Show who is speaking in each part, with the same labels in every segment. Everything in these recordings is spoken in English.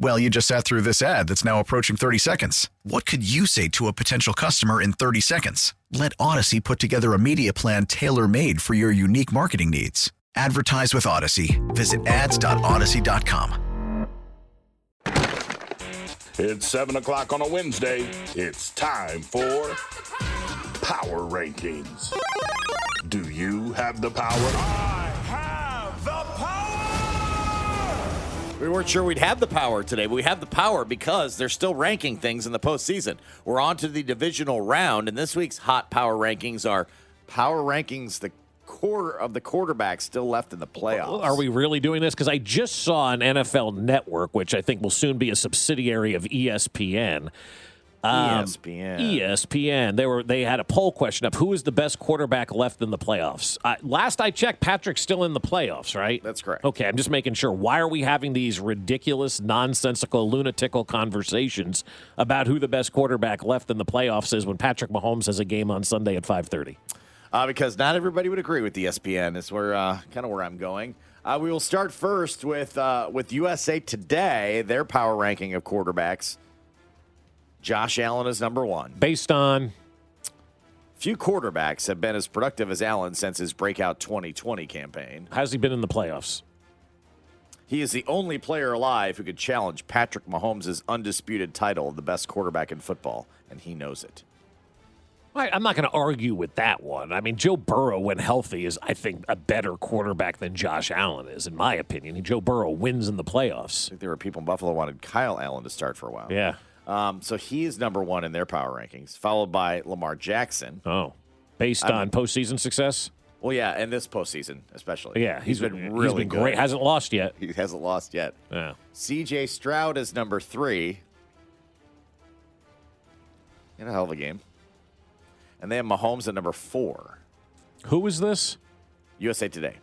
Speaker 1: Well, you just sat through this ad that's now approaching 30 seconds. What could you say to a potential customer in 30 seconds? Let Odyssey put together a media plan tailor made for your unique marketing needs. Advertise with Odyssey. Visit ads.odyssey.com.
Speaker 2: It's 7 o'clock on a Wednesday. It's time for Power Rankings. Do you have the power? I have the power!
Speaker 3: We weren't sure we'd have the power today, but we have the power because they're still ranking things in the postseason. We're on to the divisional round, and this week's hot power rankings are power rankings the quarter of the quarterbacks still left in the playoffs.
Speaker 4: Are we really doing this? Because I just saw an NFL network, which I think will soon be a subsidiary of E ESPN. Um,
Speaker 3: ESPN.
Speaker 4: ESPN. They were they had a poll question up. Who is the best quarterback left in the playoffs? Uh, last I checked, Patrick's still in the playoffs, right?
Speaker 3: That's correct.
Speaker 4: Okay, I'm just making sure. Why are we having these ridiculous, nonsensical, lunatical conversations about who the best quarterback left in the playoffs is when Patrick Mahomes has a game on Sunday at 5:30?
Speaker 3: uh, because not everybody would agree with E ESPN. Is where uh, kind of where I'm going. Uh, we will start first with uh, with USA Today, their power ranking of quarterbacks. Josh Allen is number one.
Speaker 4: Based on
Speaker 3: Few quarterbacks have been as productive as Allen since his breakout 2020 campaign.
Speaker 4: how's he been in the playoffs?
Speaker 3: He is the only player alive who could challenge Patrick Mahomes' undisputed title of the best quarterback in football, and he knows it.
Speaker 4: I, I'm not going to argue with that one. I mean, Joe Burrow, when healthy, is I think a better quarterback than Josh Allen is, in my opinion. Joe Burrow wins in the playoffs.
Speaker 3: I think there were people in Buffalo wanted Kyle Allen to start for a while.
Speaker 4: Yeah.
Speaker 3: Um, so he is number one in their power rankings, followed by Lamar Jackson.
Speaker 4: Oh, based on postseason success.
Speaker 3: Well, yeah, and this postseason especially.
Speaker 4: Yeah,
Speaker 3: he's been really
Speaker 4: he's been
Speaker 3: good.
Speaker 4: great. Hasn't lost yet.
Speaker 3: He hasn't lost yet.
Speaker 4: Yeah.
Speaker 3: C.J. Stroud is number three. In a hell of a game. And they have Mahomes at number four.
Speaker 4: Who is this?
Speaker 3: USA Today.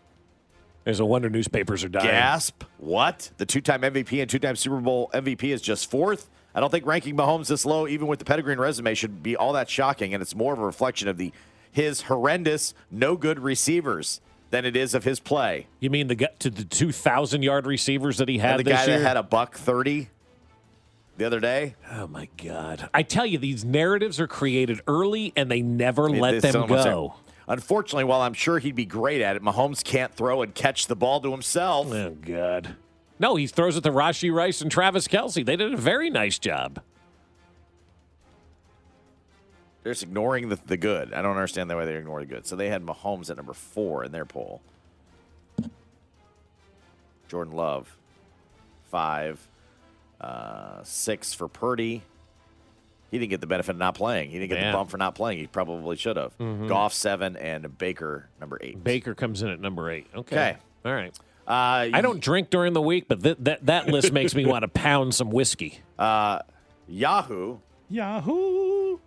Speaker 4: There's a wonder newspapers are dying.
Speaker 3: Gasp! What? The two-time MVP and two-time Super Bowl MVP is just fourth. I don't think ranking Mahomes this low, even with the pedigree and resume, should be all that shocking. And it's more of a reflection of the his horrendous, no good receivers than it is of his play.
Speaker 4: You mean the gu- to the 2,000 yard receivers that he had
Speaker 3: And the
Speaker 4: this
Speaker 3: guy
Speaker 4: year?
Speaker 3: that had a buck thirty the other day.
Speaker 4: oh my God! I tell you, these narratives are created early and they never
Speaker 3: It-
Speaker 4: let
Speaker 3: it's
Speaker 4: them
Speaker 3: almost
Speaker 4: go.
Speaker 3: there. Unfortunately, while I'm sure he'd be great at it, Mahomes can't throw and catch the ball to himself.
Speaker 4: Oh God! No, he throws it to Rashi Rice and Travis Kelsey. They did a very nice job.
Speaker 3: They're just ignoring the, the good. I don't understand the way they ignore the good. So they had Mahomes at number four in their poll. Jordan Love, five, uh, six for Purdy. He didn't get the benefit of not playing. He didn't get
Speaker 4: Yeah.
Speaker 3: the bump for not playing. He probably should have. Goff seven and Baker number eight.
Speaker 4: Baker comes in at number eight. Okay.
Speaker 3: Okay.
Speaker 4: All right.
Speaker 3: Uh,
Speaker 4: I don't drink during the week, but th- that that list makes me want to pound some whiskey.
Speaker 3: Yahoo.
Speaker 4: Yahoo!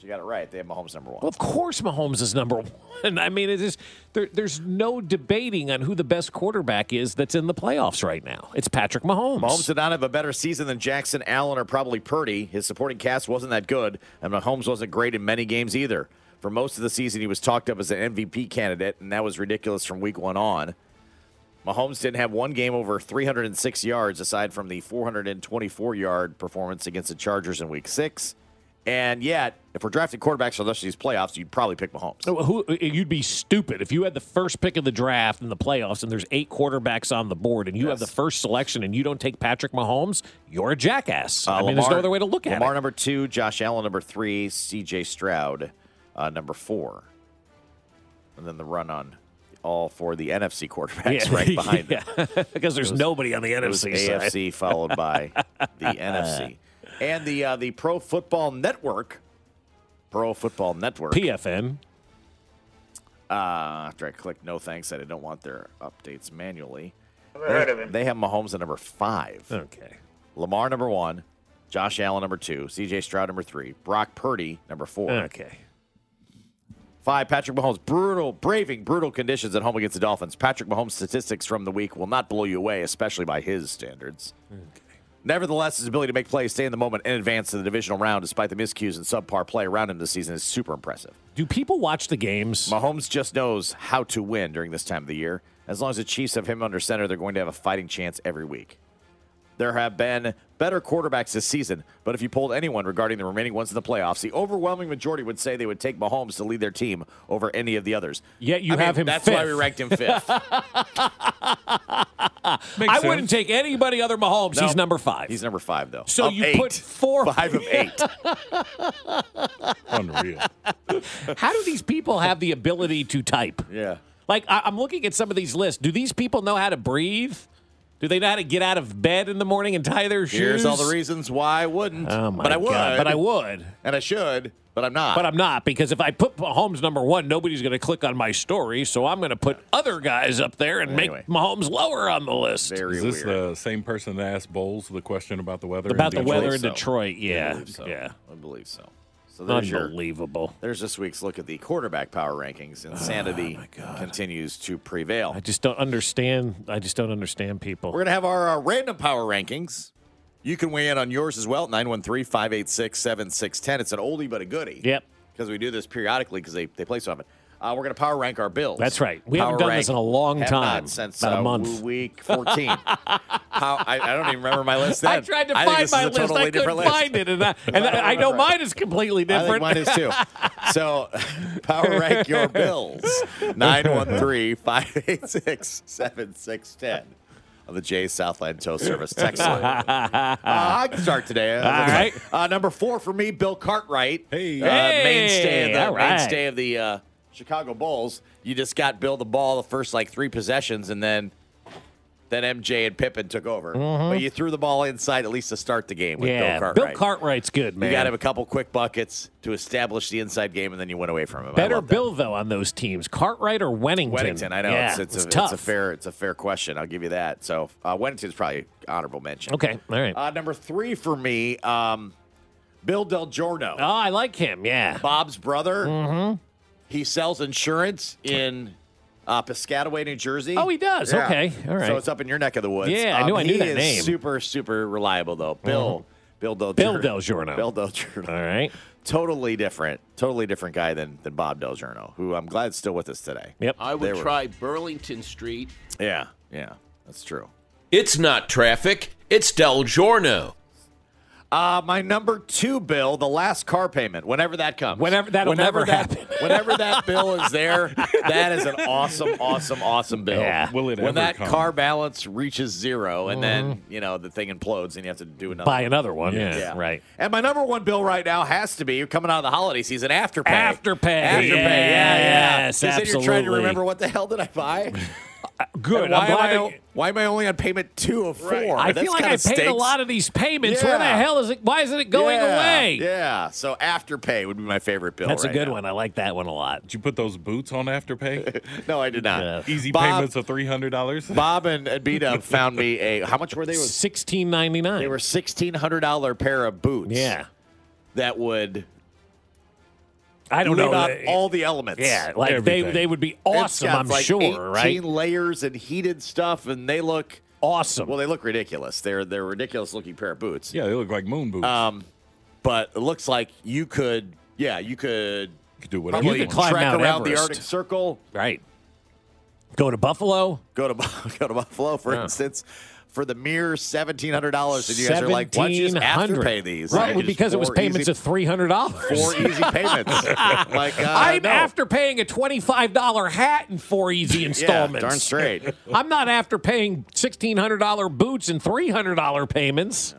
Speaker 3: She got it right. They have Mahomes number one.
Speaker 4: Well, of course, Mahomes is number one. I mean, it is there, there's no debating on who the best quarterback is that's in the playoffs right now. It's Patrick Mahomes.
Speaker 3: Mahomes did not have a better season than Jackson, Allen, or probably Purdy. His supporting cast wasn't that good, and Mahomes wasn't great in many games either. For most of the season, he was talked up as an MVP candidate, and that was ridiculous from week one on. Mahomes didn't have one game over 306 yards aside from the 424 yard performance against the Chargers in week six. And yet, if we're drafting quarterbacks for the rest of these playoffs, you'd probably pick Mahomes.
Speaker 4: Who uh, you'd be stupid if you had the first pick of the draft in the playoffs and there's eight quarterbacks on the board and you have the
Speaker 3: Yes.
Speaker 4: first selection and you don't take Patrick Mahomes, you're a jackass.
Speaker 3: Uh,
Speaker 4: I mean, there's no other way to look at
Speaker 3: Lamar
Speaker 4: it.
Speaker 3: number two, Josh Allen number three, C.J. Stroud uh, number four, and then the run on all for the NFC quarterbacks
Speaker 4: Yeah.
Speaker 3: right behind them.
Speaker 4: Yeah. because there's nobody on the
Speaker 3: It was
Speaker 4: NFC side.
Speaker 3: AFC followed by the NFC, and the uh, the Pro Football Network. Pro Football Network.
Speaker 4: PFN.
Speaker 3: Uh, after I click no thanks, I don't want their updates manually. They, they have Mahomes at number five,
Speaker 4: Okay.
Speaker 3: Lamar number one, Josh Allen number two, C.J. Stroud number three, Brock Purdy number four,
Speaker 4: Okay.
Speaker 3: five. Patrick Mahomes brutal braving brutal conditions at home against the Dolphins. Patrick Mahomes statistics from the week will not blow you away, especially by his standards. Nevertheless, his ability to make plays, stay in the moment, and advance to the divisional round despite the miscues and subpar play around him this season is super impressive.
Speaker 4: Do people watch the games?
Speaker 3: Mahomes just knows how to win during this time of the year. As long as the Chiefs have him under center, they're going to have a fighting chance every week. There have been better quarterbacks this season, but if you polled anyone regarding the remaining ones in the playoffs, the overwhelming majority would say they would take Mahomes to lead their team over any of the others.
Speaker 4: Yet you
Speaker 3: I mean,
Speaker 4: have him
Speaker 3: That's why we
Speaker 4: fifth.
Speaker 3: ranked him fifth.
Speaker 4: I wouldn't take anybody other Mahomes.
Speaker 3: No.
Speaker 4: He's number five.
Speaker 3: He's number five, though.
Speaker 4: So
Speaker 3: Of
Speaker 4: you
Speaker 3: eight.
Speaker 4: put four-
Speaker 3: Five of eight.
Speaker 5: Unreal.
Speaker 4: How do these people have the ability to type?
Speaker 3: yeah.
Speaker 4: Like I- I'm looking at some of these lists. Do these people know how to breathe? Do they know how to get out of bed in the morning and tie their shoes?
Speaker 3: Here's all the reasons why I wouldn't.
Speaker 4: Oh my
Speaker 3: but I would.
Speaker 4: God. But I would.
Speaker 3: And I should, but I'm not.
Speaker 4: But I'm not because if I put Mahomes number one, nobody's going to click on my story. So I'm going to put other guys up there and
Speaker 3: Anyway.
Speaker 4: make Mahomes lower on the list.
Speaker 3: very
Speaker 5: Is this
Speaker 3: weird.
Speaker 5: the same person that asked Bowles the question about the weather? in
Speaker 4: About the
Speaker 5: Detroit?
Speaker 4: weather in
Speaker 3: so.
Speaker 4: Detroit,
Speaker 3: I
Speaker 4: yeah,
Speaker 3: believe so.
Speaker 4: yeah,
Speaker 3: I believe so. So there's your
Speaker 4: unbelievable.
Speaker 3: there's this week's look at the quarterback power rankings. Insanity continues to prevail.
Speaker 4: Oh, I just don't understand. I just don't understand people.
Speaker 3: We're gonna have our, uh random power rankings. You can weigh in on yours as well. 913-586-7610. It's an oldie but a goodie.
Speaker 4: Yep.
Speaker 3: Because we do this periodically because they, they play so often. Uh, we're gonna power rank our bills.
Speaker 4: That's right. We haven't
Speaker 3: Power
Speaker 4: done this
Speaker 3: rank-
Speaker 4: in a long
Speaker 3: have
Speaker 4: time.
Speaker 3: not since
Speaker 4: About a
Speaker 3: uh,
Speaker 4: month.
Speaker 3: week fourteen. How, I, I don't even remember my list. Then.
Speaker 4: I tried to
Speaker 3: I think this
Speaker 4: find
Speaker 3: is
Speaker 4: my
Speaker 3: a
Speaker 4: list.
Speaker 3: Totally
Speaker 4: I couldn't
Speaker 3: different list.
Speaker 4: find it, and I, and I, I know
Speaker 3: remember.
Speaker 4: mine is completely
Speaker 3: I think
Speaker 4: different.
Speaker 3: mine is too. So, power rank your bills 913 586 7610 on the Jay's Southland Tow Service text line. Uh, I can start today. All
Speaker 4: right.
Speaker 3: Uh, number four for me, Bill Cartwright.
Speaker 5: Hey.
Speaker 3: Uh, mainstay of
Speaker 4: Hey,
Speaker 3: the,
Speaker 4: all right.
Speaker 3: mainstay of the uh, Chicago Bulls. You just got Bill the ball the first like three possessions and then. Then MJ and Pippen took over, but you threw the ball inside at least to start the game with
Speaker 4: Mm-hmm. yeah,
Speaker 3: Bill Cartwright.
Speaker 4: Bill Cartwright's good, man.
Speaker 3: You got him a couple quick buckets to establish the inside game, and then you went away from him. I
Speaker 4: Better
Speaker 3: love that.
Speaker 4: Bill though on those teams, Cartwright or Wennington.
Speaker 3: Weddington, I know
Speaker 4: Yeah,
Speaker 3: it's, it's,
Speaker 4: it was
Speaker 3: a,
Speaker 4: tough.
Speaker 3: it's a fair it's a fair question. I'll give you that. So uh, Weddington's probably honorable mention.
Speaker 4: Okay, all right.
Speaker 3: Uh, number three for me, um, Bill Del Giorno,
Speaker 4: oh, I like him. Yeah,
Speaker 3: Bob's brother.
Speaker 4: Mm-hmm.
Speaker 3: He sells insurance in uh, Piscataway, New Jersey.
Speaker 4: Oh, he does? Okay. All right.
Speaker 3: So it's up in your neck of the woods. Um,
Speaker 4: Yeah, I knew I knew
Speaker 3: he
Speaker 4: that
Speaker 3: is
Speaker 4: name. Mm-hmm.
Speaker 3: Super super reliable though, Bill. Bill Del
Speaker 4: Bill
Speaker 3: Giorno.
Speaker 4: Del Giorno.
Speaker 3: Bill Del Giorno.
Speaker 4: all right.
Speaker 3: totally different, totally different guy than than Bob Del Giorno, who I'm glad is still with us today.
Speaker 4: Yep.
Speaker 6: I
Speaker 3: They
Speaker 6: would
Speaker 3: were-
Speaker 6: try Burlington Street.
Speaker 3: Yeah, yeah, that's true.
Speaker 6: It's not traffic, it's Del Giorno.
Speaker 3: Uh, my number two bill, the last car payment, whenever that comes.
Speaker 4: Whenever- that'll never
Speaker 3: that,
Speaker 4: happen.
Speaker 3: whenever that bill is there, that is an awesome, awesome, awesome bill.
Speaker 4: Yeah.
Speaker 5: Will it
Speaker 3: when
Speaker 5: ever
Speaker 3: that
Speaker 5: come?
Speaker 3: car balance reaches zero and then, you know, the thing implodes and you have to do another
Speaker 4: Mm-hmm. Buy another one. Yeah,
Speaker 3: Yeah.
Speaker 4: right.
Speaker 3: And my number one bill right now has to be coming out of the holiday season after pay.
Speaker 4: After pay.
Speaker 3: After pay. Yeah, yeah.
Speaker 4: Yes,
Speaker 3: Because then you're trying to
Speaker 4: absolutely.
Speaker 3: remember what the hell did I buy?
Speaker 4: Good.
Speaker 3: And why,
Speaker 4: I'm
Speaker 3: am
Speaker 4: glad
Speaker 3: I,
Speaker 4: that-
Speaker 3: o- why am I only on payment two of four?
Speaker 4: I
Speaker 3: That's
Speaker 4: feel like I
Speaker 3: kinda
Speaker 4: paid
Speaker 3: stinks.
Speaker 4: a lot of these payments. Where the
Speaker 3: Yeah.
Speaker 4: hell is it? Why isn't it going
Speaker 3: Yeah,
Speaker 4: away?
Speaker 3: Yeah. So after pay would be my favorite bill.
Speaker 4: That's a
Speaker 3: right
Speaker 4: good
Speaker 3: now.
Speaker 4: one. I like that one a lot.
Speaker 5: Did you put those boots on Afterpay?
Speaker 3: No, I did not.
Speaker 5: Easy
Speaker 3: Bob-
Speaker 5: payments of three hundred dollars.
Speaker 3: Bob and, and B Dub found me a how much were they? It was-
Speaker 4: Sixteen ninety
Speaker 3: They
Speaker 4: nine.
Speaker 3: were sixteen hundred dollar pair of boots.
Speaker 4: Yeah.
Speaker 3: That would
Speaker 4: I don't
Speaker 3: leave
Speaker 4: know.
Speaker 3: out
Speaker 4: They-
Speaker 3: all the elements.
Speaker 4: yeah, like they
Speaker 5: Everything.
Speaker 4: they would be
Speaker 3: It's
Speaker 4: awesome.
Speaker 3: got
Speaker 4: I'm
Speaker 3: like
Speaker 4: sure,
Speaker 3: 18
Speaker 4: right?
Speaker 3: layers and heated stuff, and they look
Speaker 4: Awesome.
Speaker 3: well. They look ridiculous. They're they're ridiculous looking pair of boots.
Speaker 5: Yeah, they look like moon boots.
Speaker 3: Um, But it looks like you could. Yeah, you could
Speaker 5: you could do whatever
Speaker 3: probably
Speaker 5: you
Speaker 4: could
Speaker 5: want.
Speaker 4: climb
Speaker 3: trek
Speaker 4: Mount
Speaker 3: around the
Speaker 4: Everest.
Speaker 3: Arctic Circle.
Speaker 4: right. Go to Buffalo.
Speaker 3: go to go to Buffalo, for instance, for the mere seventeen hundred dollars, and Oh, you guys are like, why don't you just after
Speaker 4: $1,700.
Speaker 3: pay these?
Speaker 4: Right,
Speaker 3: Like, just
Speaker 4: because it was
Speaker 3: four
Speaker 4: payments
Speaker 3: easy,
Speaker 4: of three hundred dollars.
Speaker 3: four easy payments. like uh,
Speaker 4: I'm
Speaker 3: no.
Speaker 4: after paying a twenty-five dollar hat in four easy
Speaker 3: yeah,
Speaker 4: installments.
Speaker 3: darn straight.
Speaker 4: I'm not after paying sixteen hundred dollar boots and three hundred dollar payments.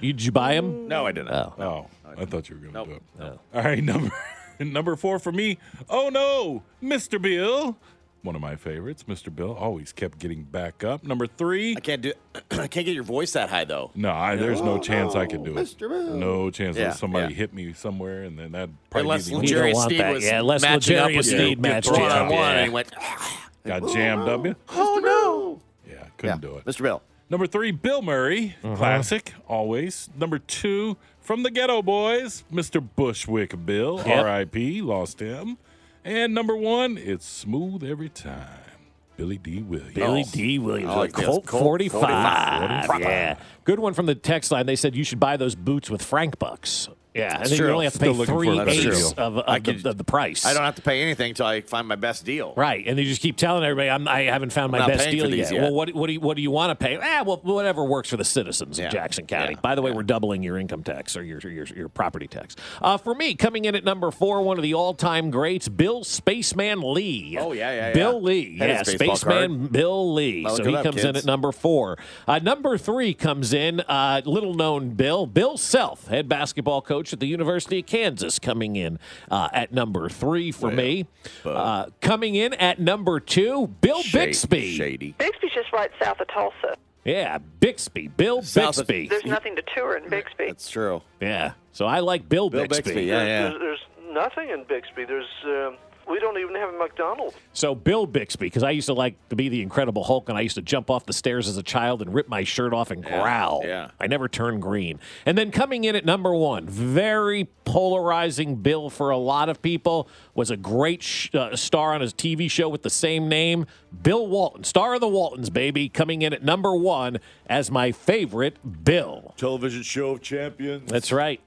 Speaker 4: You, did you buy them?
Speaker 3: No, I didn't.
Speaker 5: Oh, I thought you were gonna do it. All right, number number four for me. Oh no, Mr. Bill, One of my favorites, Mr. Bill, always kept getting back up. Number three.
Speaker 3: I can't do. I can't get your voice that high though.
Speaker 5: No, I, there's no chance I could do it.
Speaker 3: Mr. Bill.
Speaker 5: No chance.
Speaker 3: Yeah,
Speaker 5: Unless somebody
Speaker 3: yeah.
Speaker 5: hit me somewhere, and then that'd probably
Speaker 3: Unless
Speaker 5: be the end.
Speaker 4: You
Speaker 3: Jerry
Speaker 4: don't want
Speaker 3: Steed
Speaker 4: that.
Speaker 3: was
Speaker 4: Yeah, unless
Speaker 3: matching up
Speaker 4: Legarius
Speaker 3: with you.
Speaker 4: Sneed matched
Speaker 3: Thrown
Speaker 4: you
Speaker 3: on
Speaker 4: up,
Speaker 3: one,
Speaker 4: yeah.
Speaker 3: and he went.
Speaker 5: got jammed up. Yeah,
Speaker 3: Oh no!
Speaker 5: yeah
Speaker 3: Yeah,
Speaker 5: couldn't do it.
Speaker 3: Mr. Bill.
Speaker 5: Number three, Bill Murray, classic, always. Number two, from the Ghetto Boys, Mr. Bushwick Bill,
Speaker 4: Yep.
Speaker 5: R.I.P., lost him. And number one, it's smooth every time, Billy D. Williams.
Speaker 4: Billy D. Williams,
Speaker 3: Oh, I like this.
Speaker 4: Colt,
Speaker 3: Colt
Speaker 4: 45.
Speaker 3: 45.
Speaker 4: Yeah. Good one from the text line. They said you should buy those boots with Frank bucks. Yeah, and then you
Speaker 3: true.
Speaker 4: only have to
Speaker 5: Still
Speaker 4: pay
Speaker 5: looking for
Speaker 4: three
Speaker 5: that
Speaker 4: eighths
Speaker 5: deal.
Speaker 4: of,
Speaker 3: I
Speaker 4: of,
Speaker 3: could-
Speaker 4: the, of the price.
Speaker 3: I don't have to pay anything until I find my best deal.
Speaker 4: Right, and they just keep telling everybody, I'm, "I haven't found my
Speaker 3: not
Speaker 4: best
Speaker 3: paying for
Speaker 4: deal
Speaker 3: these
Speaker 4: yet.
Speaker 3: yet.
Speaker 4: Well, what, what do you what do you want to pay? Ah, well, whatever works for the citizens
Speaker 3: Yeah.
Speaker 4: of Jackson County.
Speaker 3: Yeah.
Speaker 4: By the way, we're doubling your income tax or your your, your property tax. Uh, for me, coming in at number four, one of the all time greats, Bill Spaceman Lee.
Speaker 3: Oh, yeah, yeah, yeah.
Speaker 4: Bill Lee.
Speaker 3: Had
Speaker 4: yeah,
Speaker 3: his baseball
Speaker 4: Spaceman Bill Lee.
Speaker 3: Well,
Speaker 4: so
Speaker 3: look it
Speaker 4: he
Speaker 3: up,
Speaker 4: comes in
Speaker 3: kids.
Speaker 4: at number four. Uh, number three comes in uh, little known Bill, Bill Self, head basketball coach at the University of Kansas, coming in uh, at number three for me. Uh, coming in at number two, Bill
Speaker 3: Shady-
Speaker 4: Bixby.
Speaker 3: Shady.
Speaker 7: Bixby's just right south of Tulsa.
Speaker 4: Yeah, Bixby, Bill
Speaker 3: South of-
Speaker 4: Bixby.
Speaker 7: There's nothing to tour in Bixby.
Speaker 3: That's true.
Speaker 4: yeah, so I like Bill,
Speaker 3: Bill Bixby. Yeah, yeah.
Speaker 7: there's nothing in Bixby. There's um, we don't even have a McDonald's.
Speaker 4: So Bill Bixby, because I used to like to be the Incredible Hulk, and I used to jump off the stairs as a child and rip my shirt off and growl.
Speaker 3: yeah.
Speaker 4: I never turned green. And then coming in at number one, very polarizing Bill for a lot of people, was a great sh- uh, star on his TV show with the same name, Bill Walton, star of the Waltons, baby, coming in at number one as my favorite Bill.
Speaker 3: Television show of champions.
Speaker 4: That's right.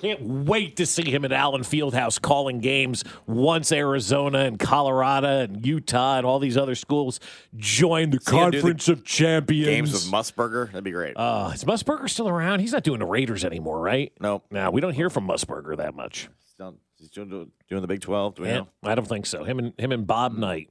Speaker 4: Can't wait to see him at Allen Fieldhouse calling games once Arizona and Colorado and Utah and all these other schools join the
Speaker 3: See him do the
Speaker 4: Conference of Champions.
Speaker 3: Games of Musburger. That'd be great.
Speaker 4: uh, is Musburger still around? He's not doing the Raiders anymore, right?
Speaker 3: Nope.
Speaker 4: No, we don't hear from Musburger that much. Eh,
Speaker 3: He's done- he's doing, doing the Big Twelve. Do we know?
Speaker 4: I don't think so. Him and him and Bob Knight.